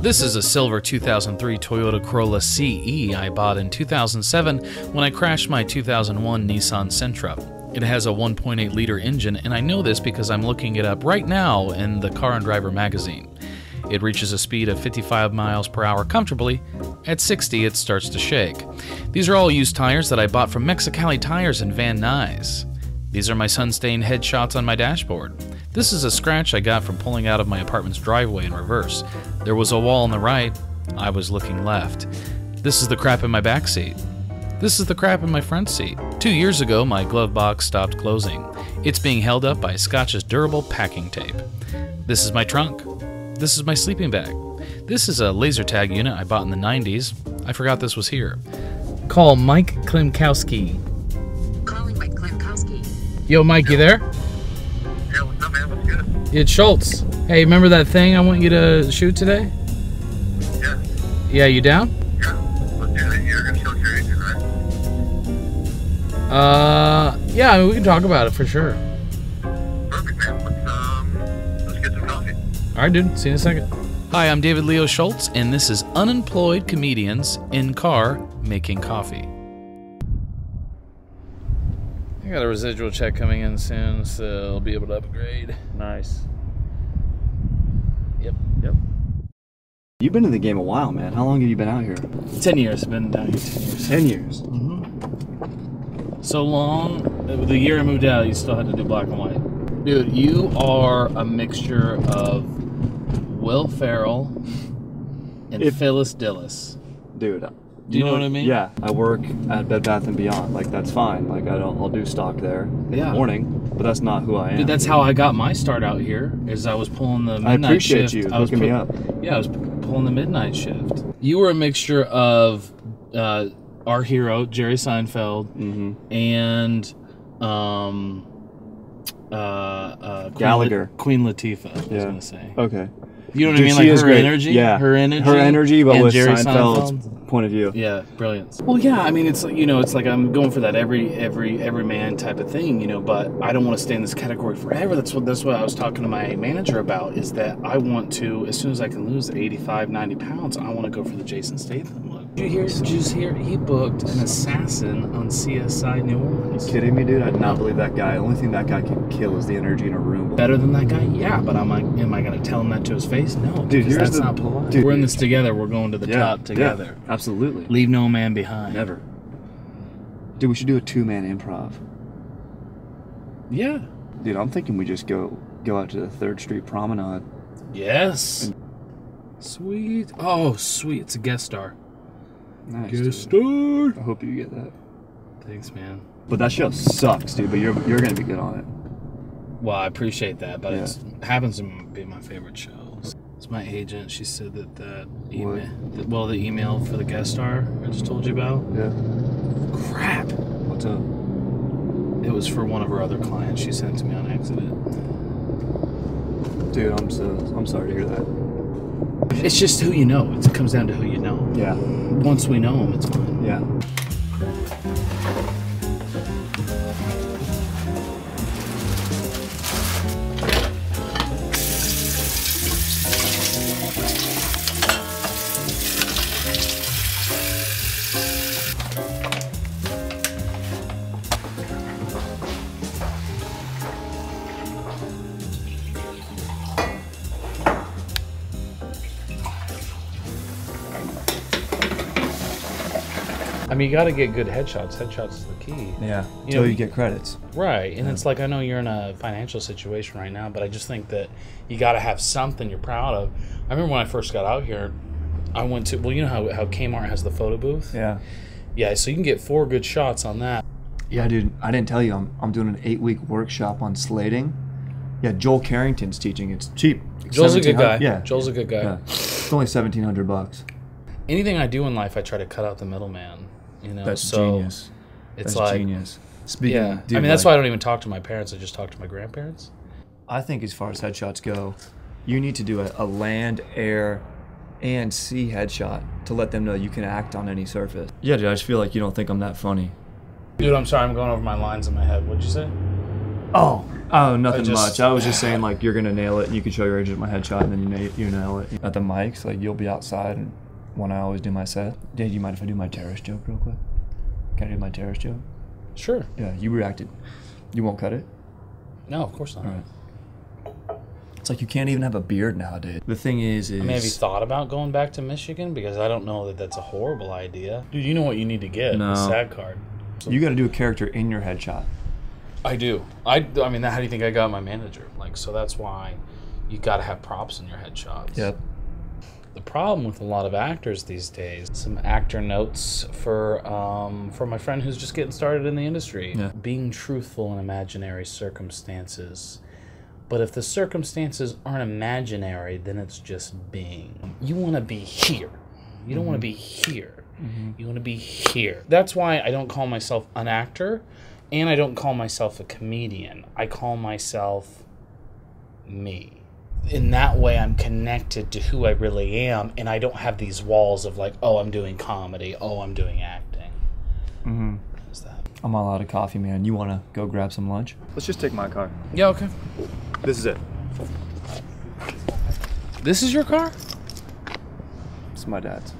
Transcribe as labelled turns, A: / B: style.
A: This is a silver 2003 Toyota Corolla CE I bought in 2007 when I crashed my 2001 Nissan Sentra. It has a 1.8 liter engine, and I know this because I'm looking it up right now in the Car and Driver magazine. It reaches a speed of 55 miles per hour comfortably. At 60, it starts to shake. These are all used tires that I bought from Mexicali Tires in Van Nuys. These are my sun-stained headshots on my dashboard. This is a scratch I got from pulling out of my apartment's driveway in reverse. There was a wall on the right. I was looking left. This is the crap in my back seat. This is the crap in my front seat. Two years ago, my glove box stopped closing. It's being held up by Scotch's durable packing tape. This is my trunk. This is my sleeping bag. This is a laser tag unit I bought in the 90s. I forgot this was here. Call Mike Klimkowski.
B: Calling Mike Klimkowski.
A: Yo, Mike, you there?
C: Yeah, what's up, man? What's good?
A: It's Schultz. Hey, remember that thing I want you to shoot today?
C: Yeah,
A: Yeah, you down?
C: yeah. Let's do that. You're gonna show your agent, right?
A: Uh, yeah, I mean, we can talk about it for sure. All
C: Perfect, man. Let's um, let's get some coffee.
A: right, dude. See you in a second. Hi, I'm David Leo Schultz, and this is Unemployed Comedians in Car Making Coffee. I got a residual check coming in soon, so I'll be able to upgrade.
D: Nice.
A: Yep.
D: Yep.
E: You've been in the game a while, man. How long have you been out here?
A: 10 years. Been down here 10 years.
E: Ten years.
A: So long. The year I moved out, you still had to do black and white. Dude, you are a mixture of Will Ferrell and
E: If-
A: Phyllis Dillis.
E: Dude. Do
A: you know what I mean?
E: Yeah. I work at Bed Bath and Beyond. Like that's fine. Like I don't I'll do stock there in
A: Yeah.
E: the morning, but that's not who I am.
A: Dude, that's how I got my start out here. Is I was pulling the midnight
E: I appreciate
A: shift.
E: you
A: I was
E: hooking me
A: pull-
E: up.
A: Yeah, I was p- pulling the midnight shift. You were a mixture of uh, our hero Jerry Seinfeld
E: Mm-hmm.
A: and um, uh, uh, Queen
E: Gallagher.
A: La- Queen Latifah. I was
E: Yeah.
A: gonna say.
E: Okay.
A: You know what
E: Dude,
A: I mean?
E: she
A: Like her
E: is great.
A: energy.
E: Yeah.
A: Her energy.
E: Her energy, but
A: and
E: with
A: Jerry
E: Seinfeld's
A: Seinfeld.
E: point of view.
A: Yeah, brilliance. Well, yeah, I mean, it's you know, it's like I'm going for that every every every man type of thing, you know. But I don't want to stay in this category forever. That's what that's what I was talking to my manager about. Is that I want to as soon as I can lose 85, 90 pounds, I want to go for the Jason Statham look. Did you hear? Did you just hear? He booked an assassin on CSI New Orleans.
E: Kidding me, dude? I do not believe that guy. The only thing that guy can kill is the energy in a room.
A: Better than that guy, yeah. But I'm like, am I gonna tell him that to his face? No, because
E: here's
A: that's
E: the-
A: not polite.
E: dude.
A: We're in this together. We're going to the
E: Yeah,
A: top together.
E: yeah, absolutely.
A: Leave no man behind.
E: Never. Dude, we should do a two-man improv.
A: Yeah.
E: Dude, I'm thinking we just go go out to the Third Street Promenade.
A: Yes. Sweet. Oh, sweet. It's a guest star.
E: Nice. dude.
A: star.
E: I hope you get that.
A: Thanks, man.
E: But that show sucks, dude. But you're you're gonna be good on it.
A: Well, I appreciate that, but
E: Yeah.
A: it's it happens to be my favorite show. It's my agent. She said that the email, that- well, the email for the guest star I just told you about.
E: Yeah.
A: Crap.
E: What's up?
A: It was for one of her other clients. She sent it to me on accident.
E: Dude, I'm so I'm sorry to hear that.
A: It's just who you know. It comes down to who you know.
E: Yeah.
A: Once we know them, it's fine.
E: Yeah.
A: I mean, you got to get good headshots. Headshots is the key.
E: Yeah.
A: You know,
E: Until
A: we-
E: you get credits.
A: Right. And it's like, I know you're in a financial situation right now, but I just think that you got to have something you're proud of. I remember when I first got out here, I went to, well, you know how, how Kmart has the photo booth?
E: Yeah.
A: Yeah, so you can get four good shots on that.
E: Yeah, dude. I didn't tell you. I'm I'm doing an eight week workshop on slating. Yeah, Joel Carrington's teaching. It's cheap.
A: Joel's a good
E: 1700
A: guy.
E: Yeah.
A: Joel's a good guy.
E: Yeah. It's only seventeen hundred bucks.
A: Anything I do in life, I try to cut out the middleman. You know,
E: That's
A: so
E: genius.
A: it's
E: That's
A: like,
E: genius. Speaking,
A: yeah.
E: dude,
A: I mean, that's
E: like-
A: why I don't even talk to my parents. I just talk to my grandparents.
E: I think as far as headshots go, you need to do a, a land, air, and sea headshot to let them know you can act on any surface. Yeah, dude, I just feel like you don't think I'm that funny.
A: Dude, I'm sorry. I'm going over my lines in my head. What'd you say?
E: Oh, Oh, nothing
A: just-
E: much. I was just saying, like, you're going to nail it. You can show your agent my headshot, and then you, na- you nail it. At the mics, like, you'll be outside and when I always do my set. Dave, you mind if I do my terrorist joke real quick? Can I do my terrorist joke?
A: Sure.
E: Yeah, you reacted. You won't cut it?
A: No, of course not.
E: All right. It's like you can't even have a beard nowadays. The thing is, is
A: I mean, have you thought about going back to Michigan? Because I don't know that that's a horrible idea. Dude, you know what you need to get?
E: No.
A: A SAG card.
E: you got to do a character in your headshot.
A: I do. I, I mean, how do you think I got my manager? Like, so that's why you got to have props in your headshots. The problem with a lot of actors these days, some actor notes for um, for my friend who's just getting started in the industry,
E: Yeah.
A: being truthful in imaginary circumstances. But if the circumstances aren't imaginary, then it's just being. You want to be here. You don't want to be here. You want to be here. That's why I don't call myself an actor and I don't call myself a comedian. I call myself me. In that way, I'm connected to who I really am, and I don't have these walls of like, oh, I'm doing comedy, oh, I'm doing acting.
E: Mm-hmm.
A: Is that?
E: I'm all out of coffee, man. You want to go grab some lunch? Let's just take my car.
A: Yeah, okay.
E: This is it.
A: This is your car?
E: It's my dad's.